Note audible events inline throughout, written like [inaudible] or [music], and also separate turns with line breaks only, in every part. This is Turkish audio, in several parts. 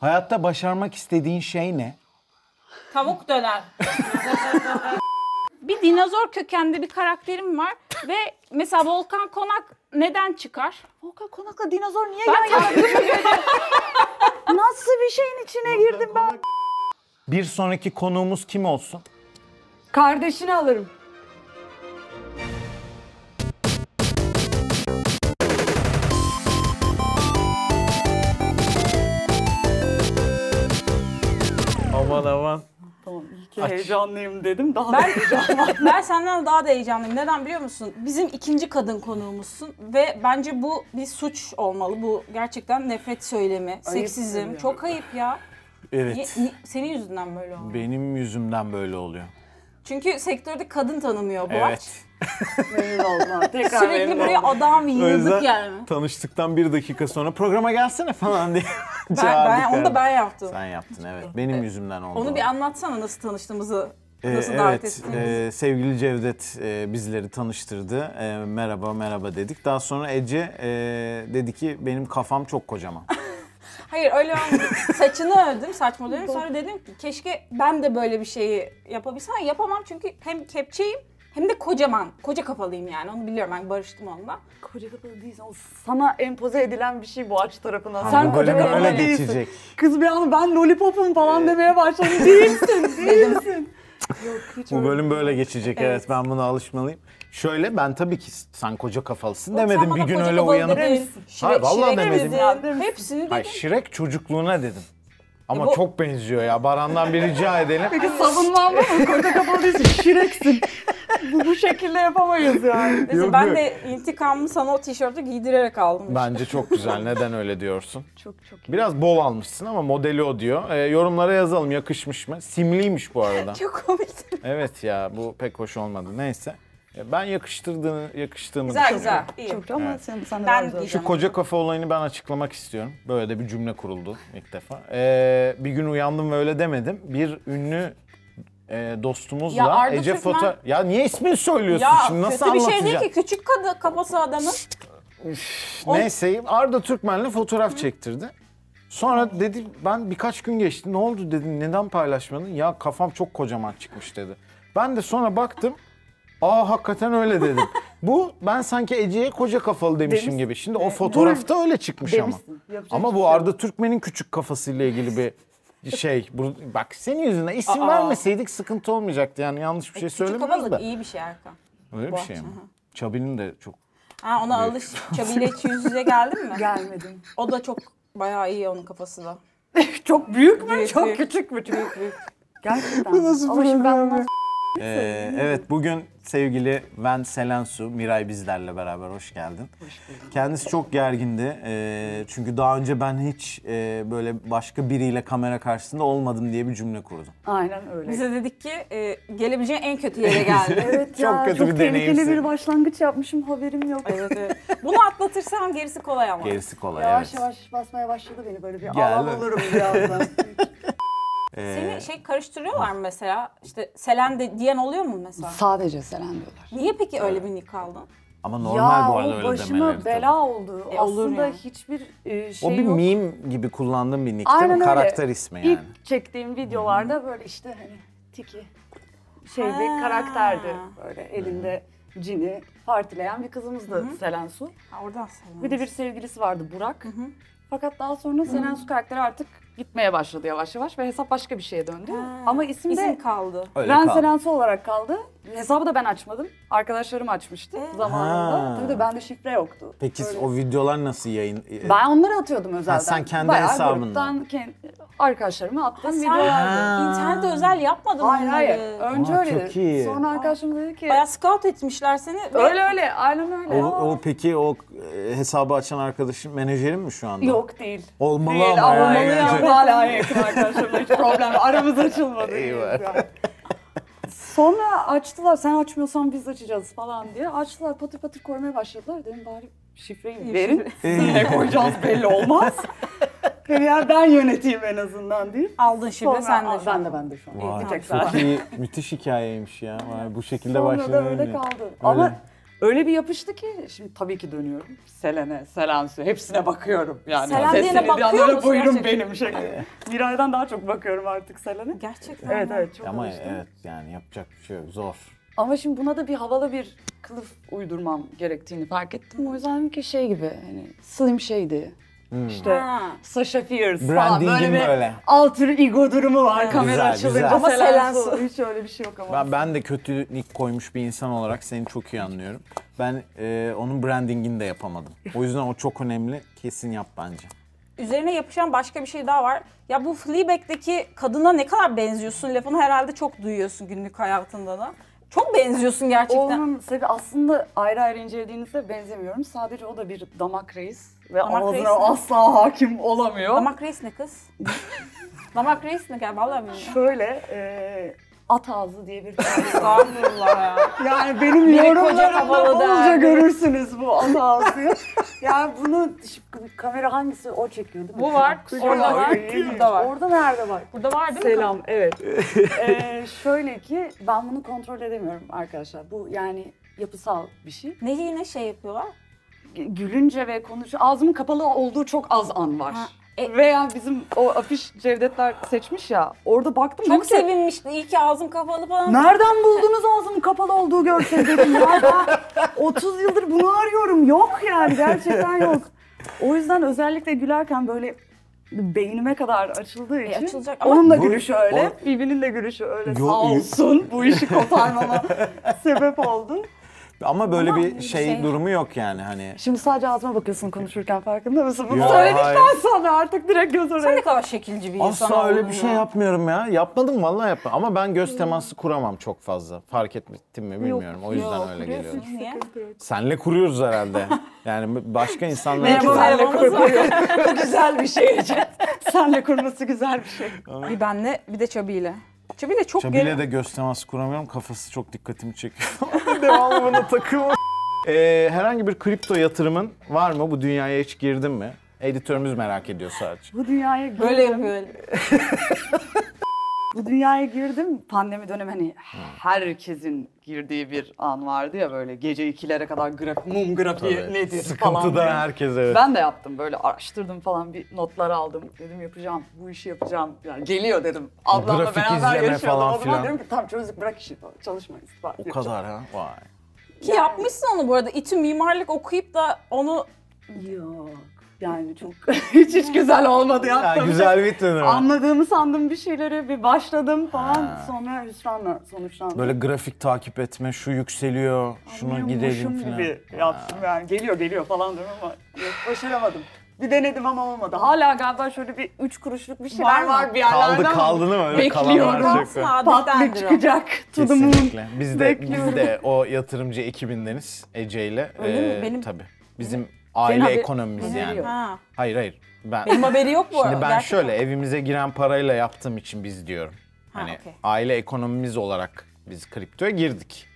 Hayatta başarmak istediğin şey ne?
Tavuk döner.
Bir dinozor kökenli bir karakterim var ve mesela Volkan Konak neden çıkar?
Volkan Konak'la dinozor niye
Ben
yan yana duruyor? Nasıl bir şeyin içine girdim ben?
Bir sonraki konuğumuz kim olsun?
Kardeşini alırım.
Aman aman.
Heyecanlıyım dedim daha
Ben, ben senden daha da heyecanlıyım. Neden biliyor musun? Bizim ikinci kadın konuğumuzsun ve bence bu bir suç olmalı. Bu gerçekten nefret söylemi, seksizm.
ya.
Çok ayıp ya. Ye-
Evet.
ni- senin yüzünden böyle oldu.
Benim yüzümden böyle oluyor.
Çünkü sektörde kadın tanımıyor bu aç.
Evet.
memnun oldum. Tekrar
Sürekli buraya adam
O yüzden
yığdık yani.
tanıştıktan bir dakika sonra programa gelsene falan diye.
Ben,
çağırdık
ben, onu da
yani.
ben yaptım.
Sen yaptın evet. Benim yüzümden oldu.
Onu
o.
bir anlatsana nasıl tanıştığımızı,
Ee,
nasıl
evet,
davet ettiğimizi.
e, sevgili Cevdet e, bizleri tanıştırdı. E, merhaba merhaba dedik. Daha sonra Ece e, dedi ki benim kafam çok
[laughs]
kocaman.
Hayır öyle
[laughs]
olmadı. Saçını övdüm, saç modelini. Sonra dedim ki keşke ben de böyle bir şeyi yapabilsem. Ama Yapamam çünkü hem kepçeyim hem de kocaman. Koca kafalıyım yani onu biliyorum ben barıştım onunla.
Koca kapalı değilsin. O Sana empoze edilen bir şey bu aç tarafından.
bu
Sen koca
bölüm
kapalı
öyle
değilsin.
geçecek.
Kız bir an ben lollipopum falan demeye [laughs] başladı. Değilsin, değilsin. Ee, Yok hiç
Bu
öyle-
bölüm böyle geçecek evet.
Evet.
ben buna alışmalıyım. Şöyle ben tabii ki sen koca kafalısın
Sen
demedim bir
bana
gün
koca
öyle
kafalı
uyanıp.
dedin,
Hayır, vallahi
şirek
demedim.
dedin,
Ya, demedim.
Hepsini dedim.
Hayır Şirek çocukluğuna dedim. Ama
E bu-
çok benziyor ya. Baran'dan bir rica
[laughs]
edelim.
Peki savunmam mı? Koca kapalı değilsin, şireksin. bu, bu şekilde yapamayız yani.
Neyse,
Yok,
ben
yok.
de intikamımı sana o tişörtü giydirerek aldım.
Bence çok güzel. Neden öyle diyorsun?
Çok çok
Biraz bol almışsın ama modeli o diyor. E, yorumlara yazalım yakışmış mı? Simliymiş bu arada.
Çok komikti.
Evet ya bu pek hoş olmadı. Neyse. E, Ben yakıştırdığını, yakıştığımı
Güzel
düşünüyorum.
güzel. iyi.
Çok ama sen, sen de
Ben diyeceğim.
Şu koca kafa olayını ben açıklamak istiyorum. Böyle de bir cümle kuruldu ilk defa. E, bir gün uyandım ve öyle demedim. Bir ünlü e, dostumuzla
Ya Arda
Ece
Türkmen-
Foto... Ya niye ismini söylüyorsun
Ya
şimdi? Nasıl
kötü bir şey
anlatacağım?
değil ki küçük kadı kafası adamın. O-
Neyse Arda Türkmen'le fotoğraf çektirdi. Sonra dedi ben birkaç gün geçti ne oldu dedim neden paylaşmadın? Ya kafam çok kocaman çıkmış dedi. Ben de sonra baktım aa hakikaten öyle
[laughs]
dedim. Bu ben sanki Ece'ye koca kafalı demişim
Demiş-
gibi. Şimdi o fotoğrafta öyle çıkmış
Demişsin.
ama.
Yapacak
Ama
hiçbir
bu
şey yok.
Arda Türkmen'in küçük kafasıyla ilgili bir
[laughs]
şey. Bu, bak senin yüzünden isim
Aa.
vermeseydik sıkıntı olmayacaktı yani yanlış bir şey
Küçük
söylemiyoruz da.
kafalık iyi bir şey Erkan.
Öyle bir şey mi? Çabi'nin de çok
Ha ona alış. Çabiyle hiç yüz yüze geldin
[laughs]
mi?
Gelmedim.
O da çok bayağı iyi onun kafası da.
Çok büyük mü?
Büyük,
çok
büyük.
küçük mü? Büyük büyük. Gerçekten. Bu nasıl Ama şimdi ben bundan
Ee, evet bugün sevgili Van Selensu, Miray bizlerle beraber hoş geldin. Kendisi çok gergindi ee, çünkü daha önce ben hiç e, böyle başka biriyle kamera karşısında olmadım diye bir cümle kurdum.
Aynen öyle.
Bize dedik ki e, gelebileceğin en kötü yere
[laughs]
geldi. [laughs]
Evet
Çok
ya,
kötü
çok
bir
tehlikeli
deneyimsin.
bir başlangıç yapmışım haberim yok.
evet, evet. E, Bunu atlatırsam gerisi kolay ama.
Gerisi kolay
[laughs] Yavaş
evet.
yavaş basmaya başladı beni böyle bir
Gel.
alan olurum
[laughs]
birazdan.
Ee,
Seni şey karıştırıyorlar mı mesela? İşte Selen de diyen oluyor mu mesela?
Sadece Selen diyorlar.
Niye peki öyle bir nick aldın?
ama normal
ya
bu arada
o
öyle demeleri.
başıma
tabii.
bela oldu.
E, olur
Aslında
ya.
hiçbir e, şey
o bir
yok.
meme gibi kullandığım bir nick değil mi?
Aynen öyle.
Karakter ismi yani.
İlk çektiğim videolarda böyle işte hani tiki şey
Ha.
bir karakterdi. Böyle elinde cini partileyen bir kızımızdı Selen Su.
Ha, oradan Selen.
Bir de bir sevgilisi vardı Burak. Fakat daha sonra Selen Su karakteri artık gitmeye başladı yavaş yavaş ve hesap başka bir şeye döndü.
Ha,
Ama isim de
İsim kaldı.
Öyle
ben
kaldı.
Selen Su olarak kaldı. Hesabı da ben açmadım. Arkadaşlarım açmıştı
Ee?
zamanında.
Ha.
Tabii de bende şifre yoktu.
Peki
Böyle-
o videolar nasıl yayın? e,
Ben onları atıyordum özelden.
sen kendi
Bayağı
hesabından.
gruptan kendi- arkadaşlarıma attım
Ha, sen
videolardı.
internette özel yapmadın
Hayır
onları.
hayır. Önce
Aa,
öyle
çok iyi.
dedi. Sonra arkadaşım dedi ki
Bayağı scout etmişler seni. ve-
öyle öyle aynen
O,
öyle.
o peki o e, hesabı açan arkadaşın menajerin mi şu anda?
Yok değil.
Olmalı
Değil
ama.
olmalı
yani.
ya. Hala yakın arkadaşlarımla hiç problem. yok. Aramız açılmadı.
Eyvah.
Yani. Sonra açtılar. Sen açmıyorsan biz açacağız falan diye. Açtılar patır patır koymaya başladılar. Dedim bari şifreyi verin. Sizin ne koyacağız belli olmaz. Yani ya ben yöneteyim en azından diye.
Aldın şifre
Sonra
sen de.
Aa,
şu an.
ben de ben de şu an.
Vay,
[laughs] Bir tek
çok
zaten.
iyi, müthiş hikayeymiş ya. Vay, bu şekilde
Sonra da
başladı.
öyle kaldı. Ama Öyle bir yapıştı ki şimdi tabii ki dönüyorum. Selene, Selensu hepsine bakıyorum. Yani
Selen
Sesini
diyene
bir
bakıyor
anlara
musun
buyurun
gerçekten?
benim şekli. Miray'dan daha çok bakıyorum artık Selen'e.
Gerçekten.
Evet
mi?
evet çok
Ama
alıştım.
evet yani yapacak bir şey yok. Zor.
Ama şimdi buna da bir havalı bir kılıf uydurmam gerektiğini fark ettim. O yüzden dedim ki şey gibi hani Slim Shady. İşte
Ha.
Sasha Fierce falan
Hmm. Branding'im
böyle bir
böyle.
alter ego durumu var kamera
Güzel,
açılınca.
güzel.
Ama Selen Su.
Su. Hiç öyle bir şey yok ama.
Ben, ben de kötülük koymuş bir insan olarak seni çok iyi anlıyorum. Ben e, onun brandingini de yapamadım. O yüzden o çok önemli. Kesin yap bence.
Üzerine yapışan başka bir şey daha var. Ya bu Fleabag'deki kadına ne kadar benziyorsun lafını herhalde çok duyuyorsun günlük hayatında da. Çok benziyorsun gerçekten.
Onun sebebi aslında ayrı ayrı incelediğinizde benzemiyorum. Sadece o da bir damak reis ve
Damak
ağzına
reis mi?
asla hakim olamıyor.
Damak reis ne kız? [laughs] Damak reis ne gel vallahi bilmiyorum.
Şöyle e, at ağzı diye
[laughs]
bir
Estağfurullah ya.
Yani benim
Biri koca
yorumlarımda
kafalı
bolca
derdi.
görürsünüz bu at ağzıyı. [laughs] yani bunu şimdi kamera hangisi o çekiyor değil mi?
Bu var, orada var,
burada var.
Orada nerede var?
Burada var değil mi?
Selam, evet. Ee, şöyle ki ben bunu kontrol edemiyorum arkadaşlar. Bu yani yapısal bir şey.
Neyi ne şey yapıyorlar?
G- Gülünce ve konuşu ağzımın kapalı olduğu çok az an var.
Ha, e-
Veya bizim o afiş Cevdetler seçmiş ya. Orada baktım
Çok
dedim ki,
sevinmişti. İyi ki ağzım kapalı falan.
Nereden buldunuz ağzımın kapalı olduğu görseli dedim ya. Ben 30 yıldır bunu arıyorum. Yok yani gerçekten yok. O yüzden özellikle gülerken böyle beynime kadar açıldığı için.
E, açılacak ama-
Onun da
Bu-
gülüşü öyle. Birbirinin de gülüşü öyle.
Yo-
Sağ olsun bu işi kotarmama sebep oldun.
Ama böyle
Ama
bir
bir
şey,
şey-
durumu yok yani hani.
Şimdi sadece ağzıma bakıyorsun konuşurken farkında mısın? Bunu
Yo,
söyledikten
hayır.
sonra artık direkt göz
Sen
oraya.
ne kadar şekilci bir insan
Asla öyle
oldun
bir şey
ya.
yapmıyorum ya. Yapmadım vallahi yapmadım. Ama ben göz teması kuramam çok fazla. Fark ettim mi bilmiyorum. o yüzden
Yok,
öyle
biliyorsun
geliyor.
niye?
Senle kuruyoruz
[laughs]
herhalde. Yani başka insanlara...
Merhaba.
Çok-
Senle kurmayı. Bu güzel bir şey Ece. Senle kurması güzel bir şey.
Bir benle bir de Çabi'yle. Çabi'yle çok
Çabi'yle
gel.
de göz teması kuramıyorum. Kafası çok dikkatimi çekiyor. [laughs] Devamlı buna takılma. Ee, herhangi bir kripto yatırımın var mı? Bu dünyaya hiç girdin mi? Editörümüz merak ediyor sadece.
Bu dünyaya girdim.
Böyle yapıyor. öyle.
Bu dünyaya girdim. Pandemi dönemi hani herkesin girdiği bir an vardı ya böyle gece ikilere kadar graf, mum grafiği
Tabii.
nedir falan.
Sıkıntıda
diye.
herkes evet.
Ben de yaptım böyle araştırdım falan bir notlar aldım. Dedim yapacağım bu işi yapacağım. Yani geliyor dedim. Ablamla
grafik
beraber
izleme
yaşıyordum.
falan
o zaman
filan.
dedim ki tam çözdük bırak işi çalışma istifa.
O kadar ha. Vay.
Ki yapmışsın onu bu arada. İTÜ mimarlık okuyup da onu
Yok yani çok [laughs] hiç hiç güzel olmadı
Ya,
yaptım.
güzel bitmedi mi?
Anladığımı sandım bir şeyleri bir başladım falan
Ha.
sonra hüsranla sonuçlandı.
Böyle grafik takip etme, şu yükseliyor, şunu gidelim
Anlıyormuşum
falan.
gibi yaptım yani. Geliyor geliyor falan diyorum ama yok, başaramadım. Bir denedim ama olmadı. Hala galiba şöyle bir üç kuruşluk bir şeyler
Var
var,
mı?
bir yerlerde
Kaldı
ama
kaldı mı öyle kalan
Bekliyorum.
var çok.
asla
Patlı
adettendir o.
çıkacak. To the moon.
Kesinlikle. Biz de, biz
Bekliyorum.
de o yatırımcı ekibindeniz Ece ile.
Öyle mi? Benim-
Tabii. Bizim aile
haberi-
ekonomimiz
haberi
yani.
yok.
Ha.
Hayır hayır. Ben [laughs]
Benim haberi yok bu arada.
Şimdi ben
Gerçekten.
şöyle evimize giren parayla yaptığım için biz diyorum.
Ha,
hani
okey.
aile ekonomimiz olarak biz kriptoya girdik.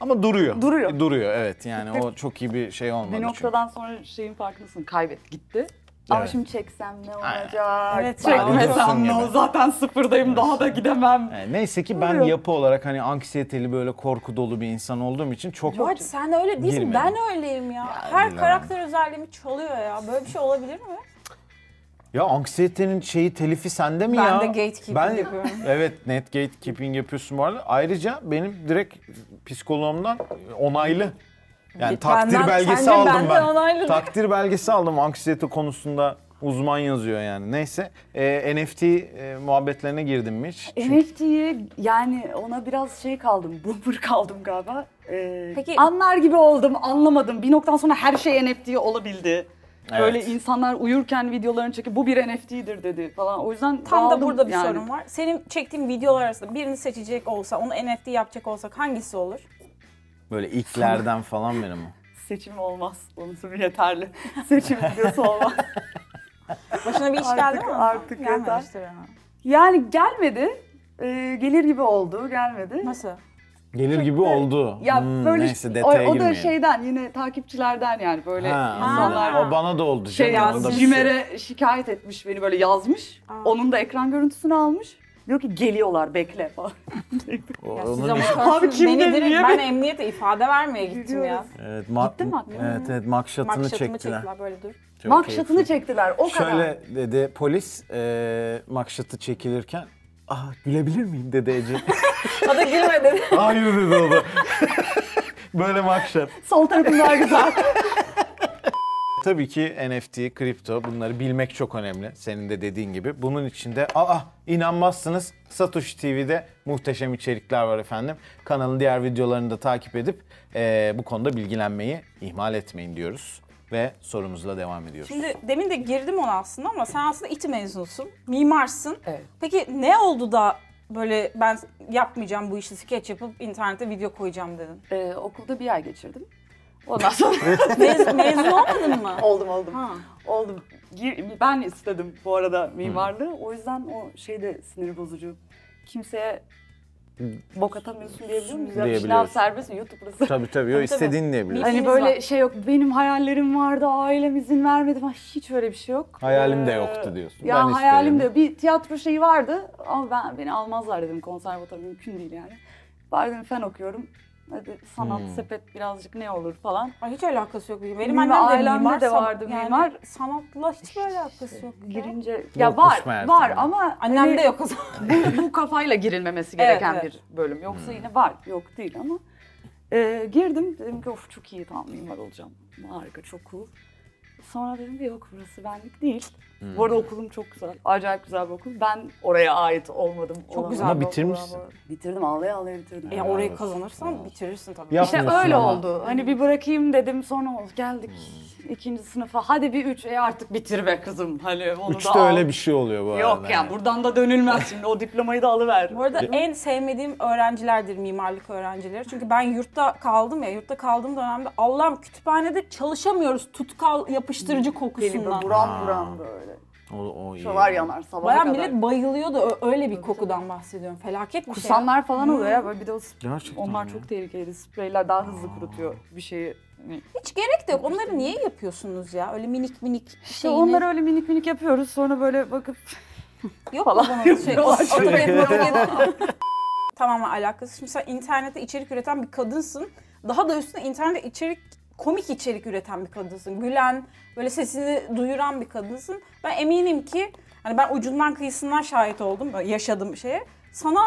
Ama duruyor.
Duruyor.
E, duruyor evet yani o çok iyi bir şey olmadı
Bir
çünkü.
noktadan sonra şeyin farkındasın. Kaybet gitti. Ama
Evet.
şimdi çeksem ne
Aynen.
olacak?
Evet,
haklısın
Çekmesem ne
gibi.
olur? Zaten sıfırdayım daha da gidemem.
E, neyse ki ben
Duruyor.
yapı olarak hani anksiyeteli böyle korku dolu bir insan olduğum için çok
Yok sen öyle değilsin.
Girmedim.
Ben öyleyim ya. Her
bilemem.
karakter özelliğimi çalıyor ya. Böyle bir şey olabilir mi?
Ya anksiyetenin şeyi telifi sende mi
Ben
ya?
de gatekeeping yapıyorum.
[laughs] Evet net gatekeeping yapıyorsun bu arada. Ayrıca benim direkt psikologumdan onaylı. Yani
Benden-
takdir belgesi
sence
aldım
benden
ben.
onaylı.
Takdir belgesi aldım anksiyete konusunda uzman yazıyor yani. Neyse e, NFT e, muhabbetlerine girdim mi hiç? Çünkü-
NFT'yi yani ona biraz şey kaldım, [laughs] boomer kaldım galiba. Ee,
Peki-
Anlar gibi oldum, anlamadım. Bir noktadan sonra her şey NFT olabildi.
Evet.
Böyle insanlar uyurken videolarını çekip bu bir NFT'dir dedi falan. O yüzden
Tam da
dağıldım
burada bir
yani.
sorun var. Senin çektiğin videolar arasında birini seçecek olsa, onu NFT yapacak olsak hangisi olur?
Böyle ilklerden falan benim o.
Seçim olmaz, konusu bir yeterli. [laughs] Seçim videosu olmaz.
Başına bir iş geldi
Artık-
mi?
artık yeter.
Gelmemiştir ama.
yani gelmedi, ee, gelir gibi oldu, gelmedi.
Nasıl?
Gelir gibi oldu.
Ya
Hmm,
böyle şey-
neyse
o,
detaya
o da
girmeyelim.
şeyden yine takipçilerden yani böyle
Ha,
insanlar
anladım. o bana da oldu.
şey
canım, onda
yazmış.
bir şey-
Cimer'e şikayet etmiş beni böyle yazmış.
Aa.
Onun da ekran görüntüsünü almış. Diyor ki geliyorlar bekle falan.
Ya
Onun
siz
için-
avukatınız,
Abi kim
beni
dedi,
direkt
niye
ben
beni-
emniyete ifade vermeye gittim ya.
Biliyoruz.
Evet, ma-
Gitti mi hakikaten?
Evet, evet, makşatını
Makşatımı
çektiler.
çektiler. böyle dur.
Çok
Makşatını
keyifli.
çektiler o kadar.
Şöyle dedi polis e, makşatı çekilirken ah gülebilir miyim dedi
[laughs]
Ece.
O da gülme dedi.
Hayır dedi o da. [laughs] Böyle makşat.
Sol tarafım daha
[laughs]
güzel.
Tabii ki NFT, kripto bunları bilmek çok önemli. Senin de dediğin gibi. Bunun içinde aa inanmazsınız Satoshi TV'de muhteşem içerikler var efendim. Kanalın diğer videolarını da takip edip e, bu konuda bilgilenmeyi ihmal etmeyin diyoruz. Ve sorumuzla devam ediyoruz.
Şimdi demin de girdim ona aslında ama sen aslında İTÜ mezunusun, mimarsın.
Evet.
Peki ne oldu da böyle ben yapmayacağım bu işi skeç yapıp internete video koyacağım dedin?
Ee, okulda bir ay geçirdim. Ondan
[laughs]
sonra
Mez- mezun olmadın mı?
oldum oldum.
Ha.
Oldum. Gir- Ben istedim bu arada mimarlığı. O yüzden o şey de sinir bozucu. Kimseye bok atamıyorsun diyebiliyor muyuz? Ya
Diyebiliyoruz.
şınav serbest mi? YouTube burası.
Tabii tabii. Yo,
tabii.
istediğin diyebilirsin.
Hani
İşiniz
böyle
var.
şey yok. Benim hayallerim vardı, ailem izin vermedi falan. Hiç öyle bir şey yok.
Hayalim de yoktu diyorsun.
Ya
Ben
hayalim
isterim.
de bir tiyatro şeyi vardı ama ben beni almazlar dedim. Konservatuar mümkün değil yani. Bari dedim fen okuyorum. Hadi
Hmm.
sanat, sepet birazcık ne olur falan.
Ay hiç alakası yok. şey. Benim
Benim
annem de
ailemde
mimar.
de
san-
vardı
yani
mimar.
Sanatla hiçbir alakası yok. ya.
Girince ya
Yokmuş
var
meğer
var
tabii.
ama
Annem
hani-
de yok o zaman.
bu, bu kafayla girilmemesi gereken
Evet, evet.
bir bölüm. Yoksa
Hmm.
yine var, yok değil ama. Ee, girdim, dedim ki of çok iyi tam mimar olacağım. Harika, çok cool. Sonra dedim ki yok burası benlik değil. Bu
Hmm.
arada okulum çok güzel, acayip güzel bir okul. Ben oraya ait olmadım. olamam.
güzel
Ama bir bitirmişsin. okul
Bitirdim, ağlaya ağlaya bitirdim.
Ya
Helal
orayı
olsun.
kazanırsan
Helal.
bitirirsin tabii.
Ya-
E, İşte
Yapmıyorsun
öyle
ama. Hmm.
oldu. Hani bir bırakayım dedim sonra oldu. Geldik ikinci sınıfa. Hadi bir üç e artık bitir be kızım. Hani onu da
Üçte
al.
öyle bir şey oluyor bu arada.
Yok ya buradan da dönülmez şimdi. O diplomayı da alıver.
Bu arada en sevmediğim öğrencilerdir mimarlık öğrencileri. Çünkü ben yurtta kaldım ya. Yurtta kaldığım dönemde Allah'ım kütüphanede çalışamıyoruz tutkal yapıştırıcı kokusundan.
Aa.
buram buram böyle.
O, o iyi.
Şolar yanar sabaha
Baya
kadar.
millet bayılıyordu. Ö- Öyle bir kokudan bahsediyorum. Felaket bir şey.
Kusanlar falan oluyor ya. Böyle bir de o sp-
Gerçekten
onlar
ya.
çok tehlikeli. Spreyler daha hızlı kurutuyor bir şeyi. Hani-
Hiç gerek de yok. Onları niye yapıyorsunuz ya? Öyle minik minik
İşte
şeyini.
onları öyle minik minik yapıyoruz. Sonra böyle bakıp
yok
falan
mu bunun şey,
yapıyorlar.
otopedik, motopedik? Tamamen alakası. Şimdi sen internette içerik üreten bir kadınsın. Daha da üstüne internette içerik komik içerik üreten bir kadınsın. Gülen, böyle sesini duyuran bir kadınsın. Ben eminim ki hani ben ucundan kıyısından şahit oldum. böyle Yaşadım şeye. Sana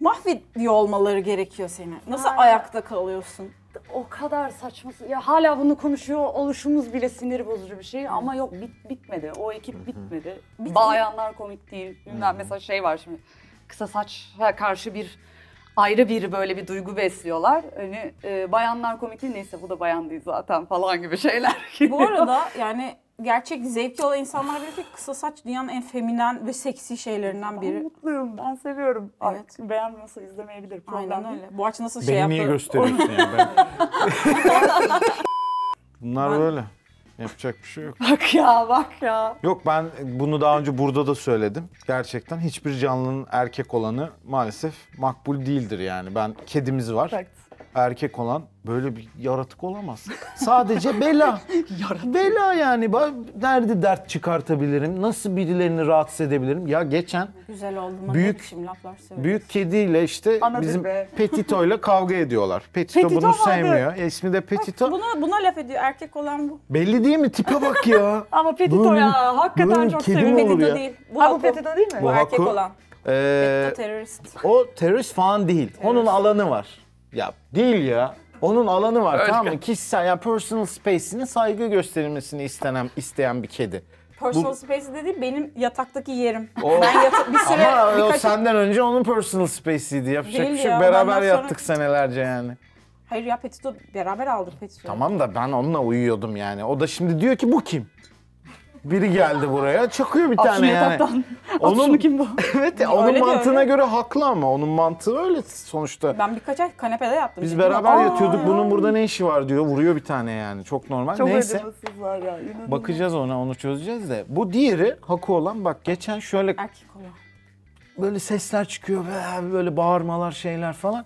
mahvediyor olmaları gerekiyor seni. Nasıl
Aynen.
ayakta kalıyorsun?
o kadar saçma. Ya hala bunu konuşuyor oluşumuz bile sinir bozucu bir şey ama yok bit, bitmedi. O ekip bitmedi. Bayanlar komik değil. Bilmem mesela şey var şimdi. Kısa saça karşı bir ayrı bir böyle bir duygu besliyorlar. Hani e, bayanlar komik değil neyse bu da bayan değil zaten falan gibi şeyler. [laughs]
Bu arada yani gerçek zevkli olan insanlar bilir ki kısa saç dünyanın en feminen ve seksi şeylerinden
Ben
biri.
mutluyum. Ben seviyorum.
Evet.
Evet. Beğenmiyorsa izlemeyebilir. Problem
Aynen
değil.
öyle. Bu açı nasıl
Beni
şey yaptı?
niye gösteriyorsun ya? Ben...
[laughs]
Bunlar böyle. Yapacak bir şey yok.
Bak ya bak ya.
Yok ben bunu daha önce burada da söyledim. Gerçekten hiçbir canlının erkek olanı maalesef makbul değildir yani. Ben kedimiz var.
Evet. [laughs]
Erkek olan böyle bir yaratık olamaz. Sadece
[laughs]
bela. Bela yani. Ba- Nerede dert çıkartabilirim? Nasıl birilerini rahatsız edebilirim? Ya geçen
Güzel oldu.
Büyük-
Büyük. Şimdi laflar söylüyor.
Büyük kediyle işte
Anadır
bizim
be.
[laughs] Petito ile kavga ediyorlar. Petito,
Petito
bunu
vardı.
sevmiyor. E, ismi de Petito.
Buna, buna laf ediyor. Erkek olan bu.
Belli değil mi? Tipe bak ya.
Ama Petito
Böyle-
ya hakikaten
böyle
çok
kedi mi
seviyorum.
olur
Petito
ya?
değil. Bu,
Ha
Haku.
bu Petito değil mi?
Bu
Bu
erkek
Haku.
olan.
Ee,
[laughs] Petito terörist.
o terörist falan değil. Onun alanı var. Ya değil ya. Onun alanı var tamam mı? Kişisel ya personal space'ine saygı gösterilmesini istenen isteyen bir kedi.
Personal space dedi benim yataktaki yerim.
O-
Ben yata- bir süre
Ama o
birkaç...
senden önce onun personal space'iydi. Yapacak
Değil
bir şey
ya,
yok. Beraber
benden
yattık senelerce yani.
Hayır ya Petito beraber aldık Petito.
Tamam da ben onunla uyuyordum yani. O da şimdi diyor ki bu kim? Biri geldi buraya çakıyor bir
At
tane
şunu
yani.
yataktan. At
Onun-
şunu kim bu?
evet ya, onun
Öyle diyor,
mantığına
öyle.
göre haklı ama onun mantığı öyle sonuçta.
Ben birkaç ay kanepede yattım.
Biz
Dedim,
beraber
"Aa,
yatıyorduk.
ya."
Bunun burada ne işi var diyor. Vuruyor bir tane yani. Çok normal.
Çok
Neyse.
acımasızlar ya. inanılmaz.
Bakacağız ona, onu çözeceğiz de. Bu diğeri haku olan bak geçen şöyle
Erkek olan.
böyle sesler çıkıyor ve böyle bağırmalar şeyler falan.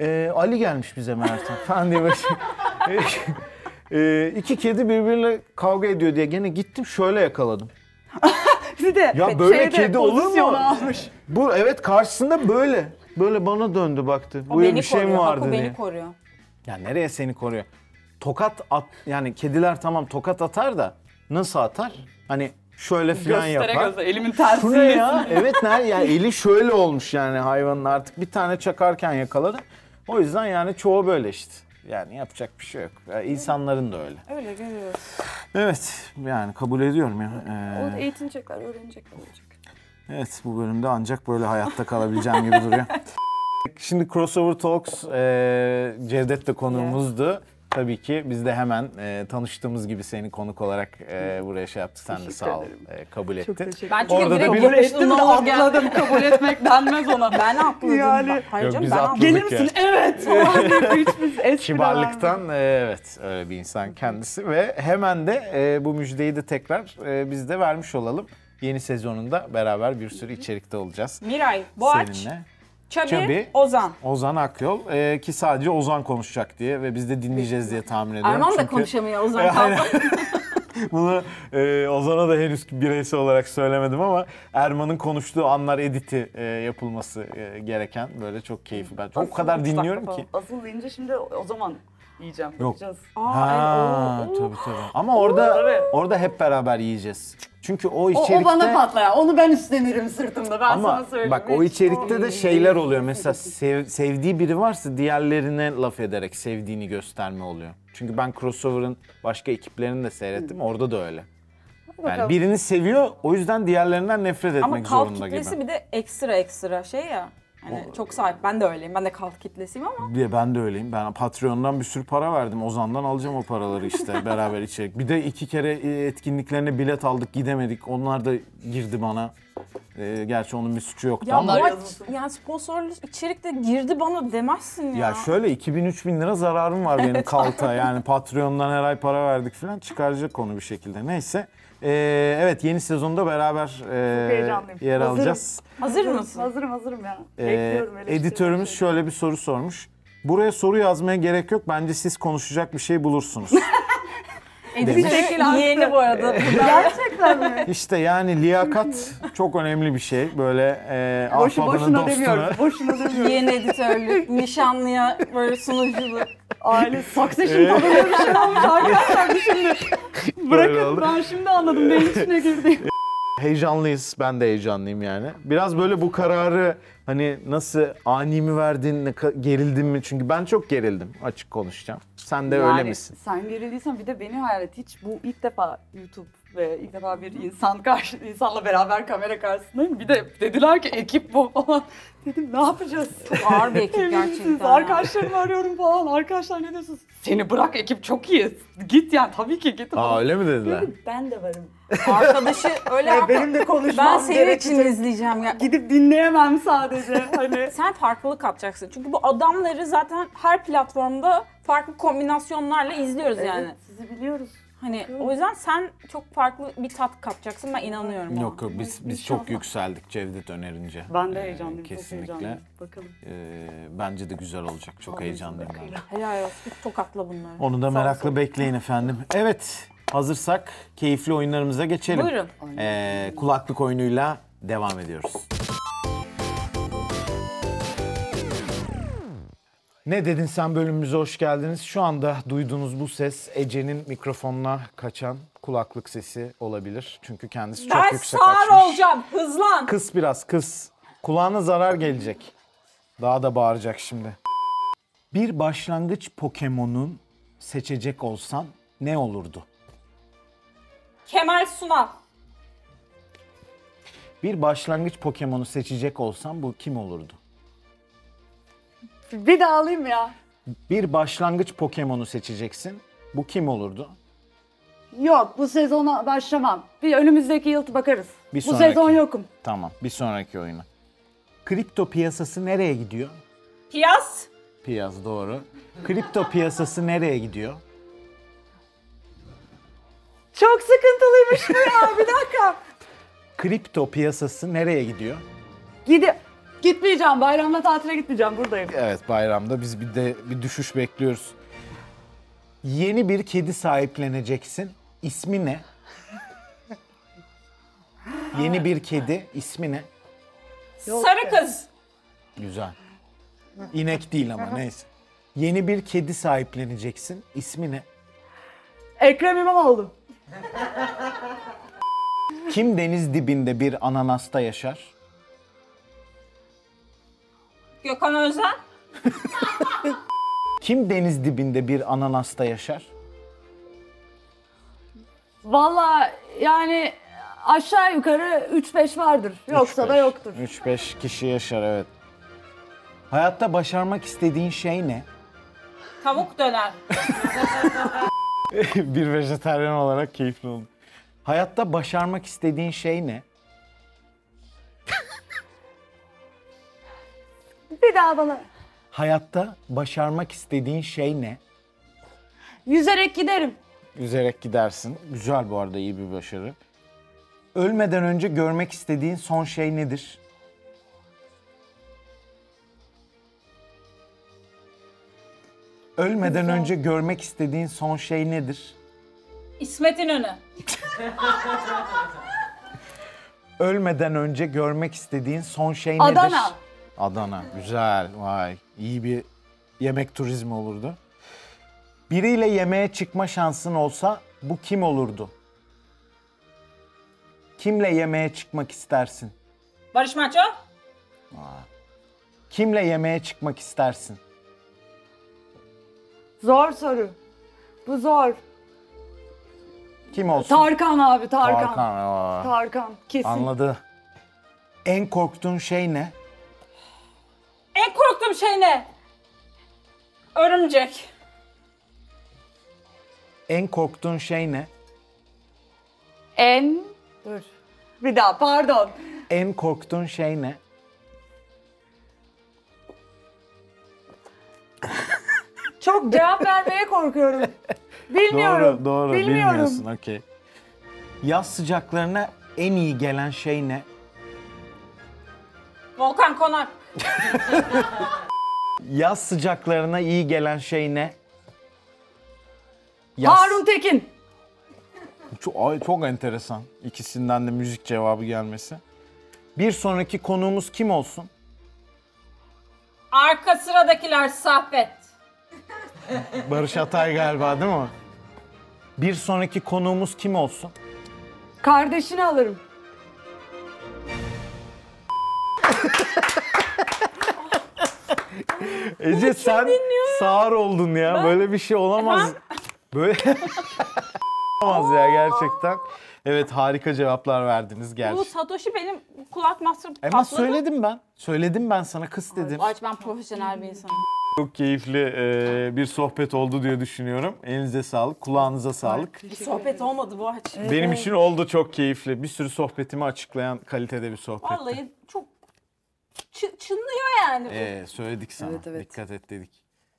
Ee, Ali gelmiş bize Mert'e [laughs] falan diye böyle. şey. [laughs] Ee, iki kedi birbiriyle kavga ediyor diye gene gittim şöyle yakaladım.
ikisi de
Ya böyle
şeyde,
kedi olur mu?
pozisyonu almış.
Bu evet karşısında böyle. Böyle bana döndü baktı.
O
Buyur
beni
bir şey mi
koruyor. Haku
vardı diye.
beni koruyor.
Ya nereye seni koruyor? Tokat at yani kediler tamam tokat atar da nasıl atar? Hani şöyle filan
Göstere
yapar.
göze elimin
Bu ne
tersiyle.
ya? [laughs] Evet ne? Yani eli şöyle olmuş yani hayvanın artık bir tane çakarken yakaladı. O yüzden yani çoğu böyle işte. Yani yapacak bir şey yok. Ya insanların da öyle.
Öyle görüyoruz.
Evet yani kabul ediyorum ya. Ee,
O da eğitinecekler, öğrenecekler olacak.
Evet bu bölümde ancak böyle hayatta kalabileceğim gibi duruyor. [laughs] Şimdi Crossover Talks e, Cevdet de konuğumuzdu. Tabii ki biz de hemen e, tanıştığımız gibi seni konuk olarak e, buraya şey yaptı. Sen de sağ ol e, kabul ettin.
Ben çünkü
Orada da
direkt
bir-
Kabul
yapıştım,
ettim
ne
de
olur gel. [laughs]
atladım. Kabul etmek denmez ona.
Ben atladım.
Yani-
Yani, Hayır
Yok,
canım
biz
ben
atladık.
atladım.
Gelir misin?
[laughs]
Evet. Falan diye üçümüz espri
Kibarlıktan e, evet öyle bir insan kendisi ve hemen de e, bu müjdeyi de tekrar e, biz de vermiş olalım. Yeni sezonunda beraber bir sürü içerikte olacağız.
Miray, Boğaç,
Seninle.
Çabi,
Çabi.
Ozan.
Ozan Akyol e, ki sadece Ozan konuşacak diye ve biz de dinleyeceğiz diye tahmin ediyorum.
Erman da
Çünkü-
konuşamıyor Ozan
Aynen.
kaldı.
[laughs] Bunu e, Ozan'a da henüz bireysel olarak söylemedim ama Erman'ın konuştuğu anlar editi e, yapılması e, gereken böyle çok keyifli. Ben çok o kadar dinliyorum ki.
Asıl deyince şimdi o zaman yiyeceğim.
Yok.
Yiyeceğiz.
Ha, tabii tabii. Ama orada
tabii.
orada hep beraber yiyeceğiz. Çünkü o
O,
içerikte
o bana patlayan. Onu ben üstlenirim sırtımda. Ben sana
ama
söyleyeyim.
bak o içerikte de şeyler oluyor. Mesela sev- sevdiği biri varsa diğerlerine laf ederek sevdiğini gösterme oluyor. Çünkü ben crossover'ın başka ekiplerini de seyrettim. Orada da öyle. Yani
bakalım.
birini seviyor o yüzden diğerlerinden nefret etmek
Ama kalp
zorunda gibi.
kitlesi bir de ekstra ekstra şey ya. Hani çok sahip. Ben de öyleyim. Ben de kalp kitlesiyim ama.
Diye ben de öyleyim. Ben Patreon'dan bir sürü para verdim. Ozan'dan alacağım o paraları işte beraber içerik. Bir de iki kere e, etkinliklerine bilet aldık gidemedik. Onlar da girdi bana. E, gerçi onun bir suçu yoktu
Ya
ama.
Onlar
Boğaç
yazılsın.
yani sponsorlu içerikte girdi bana demezsin ya.
Ya şöyle 2000-3000 lira zararım var
[laughs]
benim kalta. Yani Patreon'dan her ay para verdik falan çıkaracak konu bir şekilde. Neyse. E, evet yeni sezonda beraber e,
heyecanlıyım.
yer
Hazırım.
alacağız.
Hazır mısın?
Hazırım hazırım ya.
Ee,
Bekliyorum öyle
editörümüz şöyle bir soru sormuş. Buraya soru yazmaya gerek yok. Bence siz konuşacak bir şey
[laughs]
bulursunuz.
Editörü
Teşekkür
yeğeni bu arada.
Gerçekten mi?
işte yani liyakat çok önemli bir şey. Böyle e,
Boşu
ahbabının
boşuna
dostunu.
demiyorum. Boşuna demiyorum.
yeğeni editörlük, nişanlıya böyle sunuculuk.
[laughs]
Aile Succession tadı diye bir şey olmuş arkadaşlar düşünün.
Böyle oldu.
Bırakın ben şimdi anladım benim
[laughs]
içine girdi.
[laughs] Heyecanlıyız. Ben de heyecanlıyım yani. Biraz böyle bu kararı hani nasıl ani mi verdin, ne ka- gerildin mi? Çünkü ben çok gerildim açık konuşacağım. Sen de öyle misin?
Sen gerildiysen bir de beni hayal et. Hiç bu ilk defa YouTube ve ilk defa bir insan karşı insanla beraber kamera karşısındayım. Bir de dediler ki ekip bu [laughs] falan. Dedim ne [laughs] yapacağız?
Ağır bir ekip
Emin misiniz?
gerçekten. ya.
Arkadaşlarımı arıyorum falan. Arkadaşlar ne diyorsunuz? Seni bırak ekip çok iyi. Git yani tabii ki git.
Aa öyle mi dediler?
Dedim, ben de varım.
Arkadaşı öyle
Ve
yapma.
benim de konuşmam
Ben senin için
gerekecek.
izleyeceğim. Ya.
Gidip dinleyemem sadece. Hani
Sen farklılık katacaksın. Çünkü bu adamları zaten her platformda farklı kombinasyonlarla izliyoruz yani.
Evet, sizi biliyoruz.
Hani o yüzden sen çok farklı bir tat katacaksın ben inanıyorum. ona.
Yok yok biz
şey
biz çok yükseldik Cevdet önerince.
Ben de
Ee,
heyecanlıyım.
Kesinlikle.
Çok heyecanlıyım. Bakalım.
Ee, bence de güzel olacak. Çok heyecanlıyım ben. de.
Helal olsun. Tokatla bunları.
Onu da merakla bekleyin efendim. Evet, hazırsak keyifli oyunlarımıza geçelim.
Buyurun.
Ee, kulaklık oyunuyla devam ediyoruz. Ne dedin sen bölümümüze hoş geldiniz. Şu anda duyduğunuz bu ses Ece'nin mikrofonuna kaçan kulaklık sesi olabilir. Çünkü kendisi çok
Ben
yüksek
sağır
açmış.
olacağım. Hızlan.
Kıs biraz kıs. Kulağına zarar gelecek. Daha da bağıracak şimdi. Bir başlangıç Pokemon'un seçecek olsan ne olurdu?
Kemal Sunal.
Bir başlangıç Pokemon'u seçecek olsan bu kim olurdu?
Bir daha alayım ya.
Bir başlangıç Pokemon'u seçeceksin. Bu kim olurdu?
Yok bu sezona başlamam. Bir önümüzdeki yıl bakarız.
Bir
bu
sonraki.
sezon yokum.
Tamam, bir sonraki oyuna. Kripto piyasası nereye gidiyor?
Piyas.
Piyas doğru. Kripto piyasası nereye gidiyor?
Çok sıkıntılıymış bu ya. Bir dakika.
Kripto piyasası nereye gidiyor?
Gidi. Gitmeyeceğim. Bayramda tatile gitmeyeceğim. Buradayım.
Evet bayramda biz bir de bir düşüş bekliyoruz. Yeni bir kedi sahipleneceksin. İsmi ne? Yeni bir kedi. İsmi ne?
Sarı kız.
Güzel. İnek değil ama neyse. Yeni bir kedi sahipleneceksin. İsmi ne?
Ekrem İmamoğlu.
Kim deniz dibinde bir ananasta yaşar?
Gökhan Özen.
Kim deniz dibinde bir ananasta yaşar?
Valla yani aşağı yukarı 3-5 vardır. Yoksa da yoktur.
3-5 kişi yaşar evet. Hayatta başarmak istediğin şey ne?
Tavuk döner.
[laughs] bir vejetaryen olarak keyifli oldu. Hayatta başarmak istediğin şey ne?
Bir daha bana.
Hayatta başarmak istediğin şey ne?
Yüzerek giderim.
Üzerek gidersin. Güzel bu arada iyi bir başarı. Ölmeden önce görmek istediğin son şey nedir? Ölmeden önce görmek istediğin son şey nedir?
İsmet İnönü.
Ölmeden önce görmek istediğin son şey nedir?
Adana.
Adana. Güzel. Vay. İyi bir yemek turizmi olurdu. Biriyle yemeğe çıkma şansın olsa bu kim olurdu? Kimle yemeğe çıkmak istersin?
Barış Manço.
Kimle yemeğe çıkmak istersin?
Zor soru. Bu zor.
Kim olsun?
Tarkan abi Tarkan. Tarkan,
Tarkan, aa.
kesin.
Anladı. En korktuğun şey ne?
En korktuğum şey ne? Örümcek.
En korktuğun şey ne?
En
Dur. Bir daha pardon.
En korktuğun şey ne?
Çok cevap vermeye [laughs] korkuyorum.
Doğru,
Bilmiyorum.
doğru.
Bilmiyorum.
Bilmiyorsun, okey. Yaz sıcaklarına en iyi gelen şey ne?
Volkan Konak.
Yaz sıcaklarına iyi gelen şey ne? Yaz.
Harun Tekin.
Çok, ay, çok enteresan. İkisinden de müzik cevabı gelmesi. Bir sonraki konuğumuz kim olsun?
Arka sıradakiler sohbet.
Barış Atay galiba değil mi? Bir sonraki konuğumuz kim olsun?
Kardeşini alırım.
Ece sen sağır oldun ya. Böyle bir şey olamaz. Böyle [laughs] olamaz ya gerçekten. Evet harika cevaplar verdiniz
Bu
gerçi.
Satoshi benim kulak master
Ama söyledim ben. Söyledim ben sana kız dedim.
Aç ben profesyonel bir insanım.
Çok keyifli e, bir sohbet oldu diye düşünüyorum. Elinize sağlık, kulağınıza sağlık.
Bir sohbet olmadı bu aç.
Benim için oldu çok keyifli. Bir sürü sohbetimi açıklayan kalitede bir sohbet.
Vallahi çok çı- çınlıyor yani. bu.
Ee, söyledik sana.
Evet, evet.
Dikkat et dedik.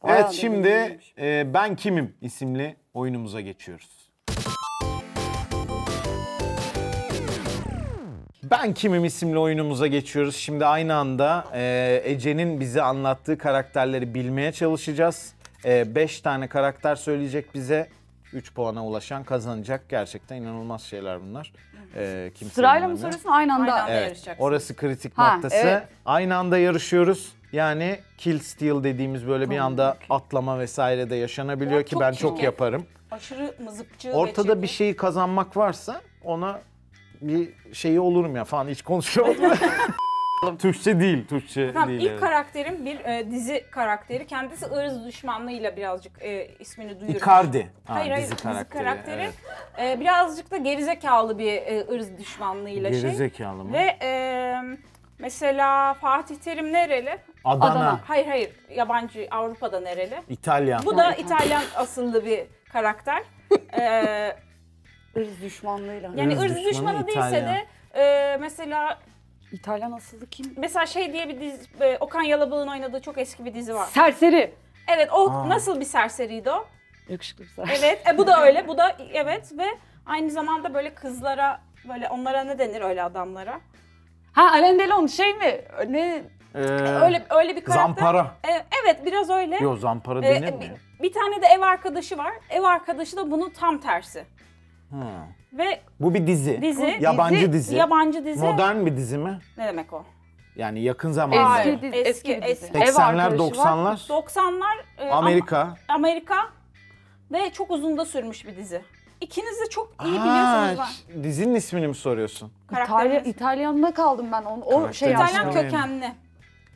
Bayağı
evet şimdi
deneyimliymiş.
e, Ben Kimim isimli oyunumuza geçiyoruz. Ben Kimim isimli oyunumuza geçiyoruz. Şimdi aynı anda e, Ece'nin bize anlattığı karakterleri bilmeye çalışacağız. 5 tane karakter söyleyecek bize. 3 puana ulaşan kazanacak. Gerçekten inanılmaz şeyler bunlar. E, kimse
Sırayla mı
inanamıyor.
soruyorsun aynı anda?
Aynı anda.
Evet,
yarışacaksın.
Orası kritik
Ha,
noktası.
evet.
Aynı anda yarışıyoruz. Yani kill steal dediğimiz böyle bir anda atlama vesaire de yaşanabiliyor
Ya
ki
çok
ben çok
çirkin.
yaparım.
Aşırı mızıkçı
Ortada bir şey şeyi kazanmak varsa ona bir şeyi olurum ya falan hiç konuşuyor.
[laughs]
Türkçe değil, Türkçe
Tamam,
değil.
ilk
evet.
karakterim bir e, dizi karakteri. Kendisi ırz düşmanlığıyla birazcık e, ismini duyurmuş.
Icardi. Ha,
Hayır hayır dizi karakteri. E, birazcık da gerizekalı bir e, ırz düşmanlığıyla
Evet.
şey.
Gerizekalı mı?
Ve e, mesela Fatih Terim nereli?
Adana,
Adana.
Hayır hayır yabancı Avrupa'da nereli?
İtalyan.
Bu da İtalyan asıllı bir karakter. Ee,
Irz düşmanlığıyla.
yani
Irz
ırz
düşmanı
düşmanı değilse
İtalyan.
de e, mesela
İtalyan asıllı kim?
mesela şey diye bir dizi e, Okan Yalabı'nın oynadığı çok eski bir dizi var.
Serseri.
Evet o
Aa.
nasıl bir serseriydi o?
Yakışıklı bir serseri.
Evet e, bu da öyle bu da evet ve aynı zamanda böyle kızlara böyle onlara ne denir öyle adamlara?
Ha Alain Delon şey mi? Ne?
Ee,
Öyle öyle bir karakter.
Zampara.
E, evet biraz öyle.
Yok zampara
E,
denir
e,
mi?
bir, bir tane de ev arkadaşı var. Ev arkadaşı da bunun tam tersi.
Ha.
Ve
Bu bir dizi.
dizi,
Yabancı dizi.
yabancı dizi.
Modern bir dizi mi?
Ne demek o?
Yani yakın zamanda.
Hayır,
Eski dizi, eski
eski,
dizi.
eski.
Ev
80'ler,
arkadaşı var.
90'lar.
90'lar e, Am-
Amerika.
Amerika ve çok uzun da sürmüş bir dizi. İkiniz de çok iyi
Ha,
biliyorsunuz ben
dizinin ismini mi soruyorsun?
İtalya,
karakterinizi.
İtalyan'da kaldım ben. Onu, o
Karakter
şey
İtalyan
İtalyan
yaptım.
Bilmiyorum.
kökenli.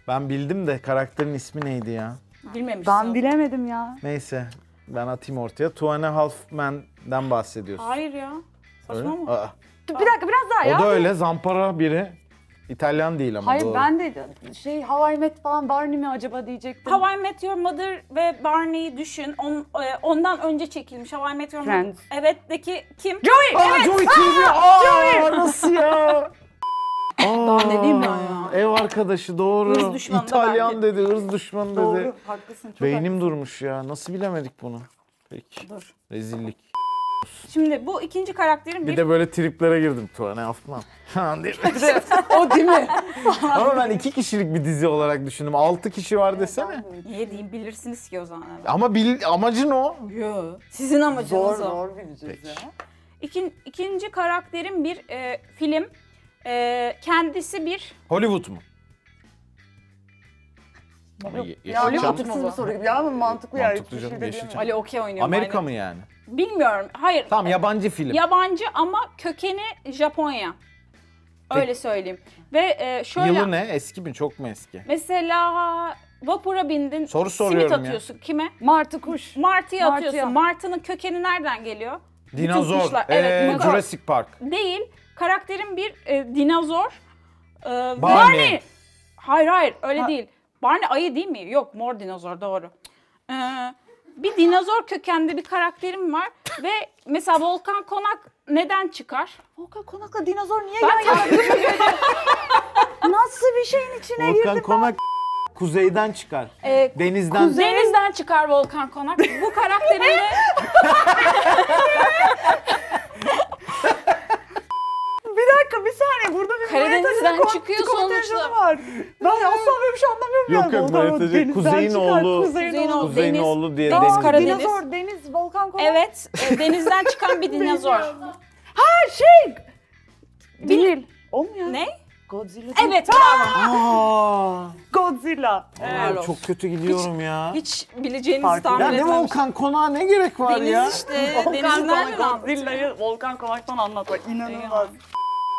Ben bildim de karakterin ismi neydi ya?
Bilmemişsin.
Ben bilemedim ya.
Neyse ben atayım ortaya. Two and a Half Men'den bahsediyorsun.
Hayır ya.
Öyle
Saçma
mi?
mı?
Aa,
Dur, bir dakika biraz daha ya.
o da öyle zampara biri. İtalyan değil ama
Hayır
doğru.
ben de şey Hawaii Met falan Barney mi acaba diyecektim.
How I Met Your Mother ve Barney'i düşün. On, e, ondan önce çekilmiş How I Met Your Mother.
Friends.
Evet'teki kim?
Aa, Joey TV! Aa, nasıl ya? Aa,
ne diyeyim ben ya?
Ev arkadaşı doğru.
Hırs düşmanı da
İtalyan dedi, hırs düşmanı dedi.
Doğru haklısın çok
Beynim durmuş ya. Nasıl bilemedik bunu? Peki. Dur. Rezillik.
Şimdi bu ikinci karakterin bir, [laughs]
Bir de böyle triplere girdim Tuğane Afman. [laughs] Ha, değil mi?
haklısın. O değil
[laughs]
mi?
[laughs] Ama ben iki kişilik bir dizi olarak düşündüm. Altı kişi var desene.
niye diyeyim bilirsiniz ki o zaman.
Ama bil, amacın o.
Yo. Sizin amacınız
zor
o.
zor bileceğiz
Peki.
ya.
İkin, ikinci karakterin bir e, film. E, kendisi bir
Hollywood mu? Ama
Yok,
ye-
Ya
Yeşilçam-
Hollywood mu soru gibi ya mantıklı ya.
Mantıklı
hiçbir şey
canım,
de
Yeşilçam.
diyemem.
Ali okey oynuyor.
Amerika mı
aynen.
yani?
bilmiyorum. Hayır.
Tamam yabancı film.
Yabancı ama kökeni Japonya. Öyle söyleyeyim. Ve e, şöyle
Yılı ne? Eski mi? Çok mu eski?
mesela vapura bindin.
Soru
simit
soruyorum ya.
atıyorsun kime?
Martı kuş.
Martı'ya
Martıya.
atıyorsun. Martı'nın kökeni nereden geliyor?
Dinozor.
kuşlar,
Ee,
evet, dinozor.
Jurassic Park.
Değil. Karakterin bir e, dinozor. E, ve-
Barney.
Hayır hayır öyle
Ha.
değil. Barney ayı değil mi? Yok mor dinozor doğru. E, bir dinozor kökenli bir karakterim var. ve mesela Volkan Konak neden çıkar?
Volkan Konak'la dinozor niye
Ben
yan yana duruyor? Nasıl bir şeyin içine
Volkan
girdim?
Konak kuzeyden çıkar.
E,
Denizden.
Denizden çıkar Volkan Konak. Bu karakterimle
[laughs]
Bir dakika bir saniye burada bir
Karadeniz'den
Mehmet Ali'nin
çıkıyor
kon-
sonuçta.
kontenjanı Var. Ben asla böyle bir şey anlamıyorum
Yok,
yani.
yok,
Volkan
Mehmet Ali-
denizden
Kuzeyin
çıkar,
oğlu-
Kuzeyin
Kuzeyin
oğlu.
oğlu.
Kuzeyin
Deniz-
oğlu diye
Deniz,
denizden.
Karadeniz.
Dinozor, deniz, Volkan Konak.
evet e, denizden çıkan bir [laughs] dinozor.
Ha şey.
Değil.
O mu ya?
Ne?
Godzilla.
Evet bravo.
Aa,
Godzilla.
Helal
Aa,
olsun.
çok kötü gidiyorum ya.
Hiç bileceğinizi
Farklı.
tahmin
ya ne
etmemiştim.
Volkan Konağa ne gerek var
Deniz
ya?
Ee,
[laughs]
işte. Deniz
Volkan
nereden
Konak,
anlatıyor?
Godzilla'yı Volkan Konak'tan anlatmak inanılmaz.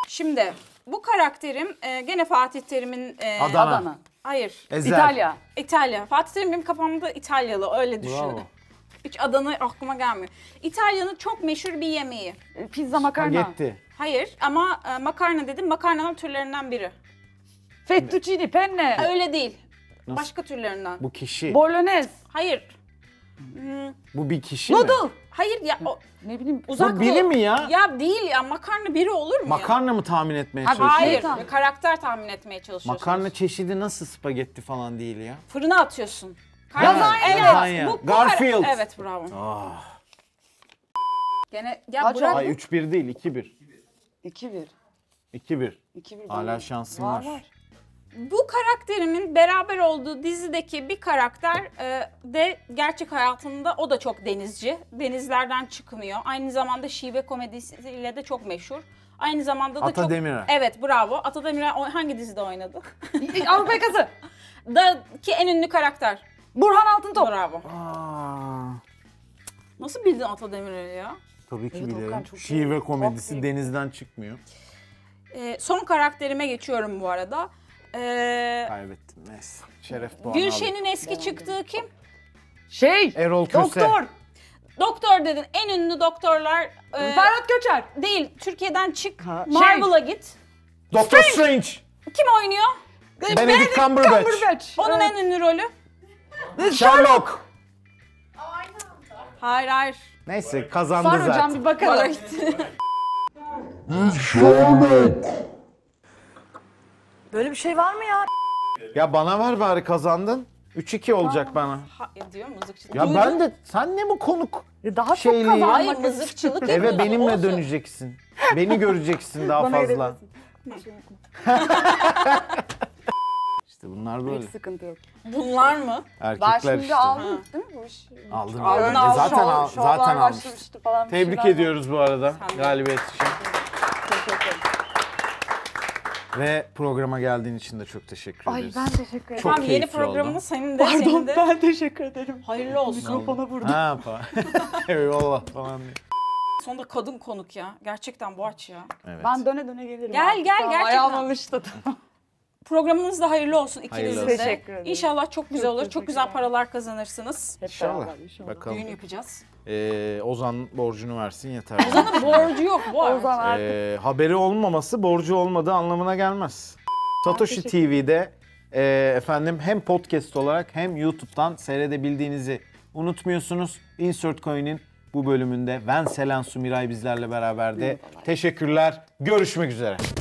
Şimdi bu karakterim e, gene Fatih Terim'in... e,
Adam. Adana.
Hayır.
Ezel.
İtalya.
İtalya. Fatih Terim benim kafamda İtalyalı öyle düşün.
Bravo.
Hiç Adana aklıma gelmiyor. İtalya'nın çok meşhur bir yemeği.
E, Pizza makarna.
Spagetti.
Hayır ama e, makarna dedim makarnanın türlerinden biri.
Fettuccine, penne.
Öyle değil.
Nasıl?
Başka türlerinden.
Bu kişi.
Bolognese.
Hayır. Hmm,
Bu bir kişi mi?
Noodle.
hayır ya o,
Ne bileyim.
uzak
Bu biri
Doğu-
mi ya?
Ya değil ya makarna biri olur mu ya?
Makarna mı tahmin etmeye çalışıyorsun?
Hayır.
tahmin-
Karakter tahmin etmeye çalışıyorsun.
Makarna çeşidi nasıl spagetti falan değil ya?
Fırına atıyorsun.
Lazanya.
Evet.
Lazanya.
Bu- bu-
Garfield. Ah.
Evet bravo. Gene ya
Kaç
bırak.
oldu?
Ay 3-1 değil 2-1.
2-1.
2-1.
2-1.
Hala şansın var.
Bu karakterimin beraber olduğu dizideki bir karakter e, de gerçek hayatında o da çok denizci. Denizlerden çıkmıyor. Aynı zamanda şive komedisiyle de çok meşhur. Aynı zamanda da
Ata
çok...
Demirer.
Evet bravo. Ata Demirer o- hangi dizide oynadı?
E, Avrupa
[laughs]
yakası.
da ki en ünlü karakter.
Burhan Altıntop.
Bravo.
Aa,
Nasıl bildin Ata Demirer'i ya?
tabii ki
Evet, Okan
bilirim.
çok iyi.
Şive komedisi
Çok iyi.
denizden çıkmıyor.
E, son karakterime geçiyorum bu arada. E,
Kaybettim neyse. Şeref puanı aldım.
Gülşen'in eski çıktığı kim?
Şey.
Erol Köse.
Doktor.
Doktor dedin. En ünlü doktorlar e,
Ferhat Göçer.
değil. Türkiye'den çık.
Ha, şey.
Marvel'a git.
Doktor Strange.
Kim oynuyor?
Benedict Cumberbatch.
Cumberbatch.
Onun en ünlü rolü?
Sherlock.
Hayır hayır.
Neyse kazandı
Var
zaten.
hocam bir bakalım.
Böyle bir şey var mı ya?
Ya bana ver bari kazandın. 3-2 olacak bana.
Ha, ya diyor mızıkçı.
Ya
Duydun.
ben de sen ne bu konuk?
E, Daha
Şeyli.
çok kazanmak
Hayır
istiyorum.
mızıkçılık
Eve
yapıyorsun.
benimle
Olsun.
döneceksin. Beni
[laughs]
göreceksin daha
Bana
fazla.
gelebilirsin.
işte bunlar Bunlar böyle.
Hiç sıkıntı yok.
Bunlar mı?
Ben
Erkekler
şimdi
işte.
aldım değil mi bu işi?
Aldın.
Aldın,
Önce
aldın.
Zaten, al,
Şov- şovlar
zaten almıştı.
başlamıştı falan. bir
Tebrik
şeyler
ediyoruz bu arada galibiyet için.
Teşekkür ederim.
Ve programa geldiğin için de çok teşekkür
Ay
ederiz.
ben teşekkür ederim.
Çok
Tamam yeni
keyifli oldu.
programımız senin de senin
Pardon
de.
ben teşekkür ederim.
Hayırlı olsun.
Mikrofona vurdum.
Ha falan. [laughs] Eyvallah falan diye.
Sonunda kadın konuk ya. Gerçekten bu aç ya.
Evet.
Ben döne döne gelirim.
Gel,
artık.
gel,
Tamam,
gerçekten.
Ayağım alıştı.
Programınız da hayırlı olsun
Hayırlı
ikinizin
olsun.
de.
Teşekkür ederim.
İnşallah çok güzel
Çok
olur. Çok güzel
teşekkürler.
paralar kazanırsınız.
Hep
İnşallah.
beraber inşallah.
Düğün
Bakalım.
yapacağız.
Ee, Ozan borcunu versin yeter.
[laughs]
Borcu yok bu
O
arada.
zaman artık
Ee, haberi olmaması borcu olmadığı anlamına gelmez. Satoshi TV'de e, efendim hem podcast olarak hem YouTube'dan seyredebildiğinizi unutmuyorsunuz. Insert Coin'in bu bölümünde ben Selen Sumiray bizlerle beraberdi. Teşekkürler. Görüşmek üzere.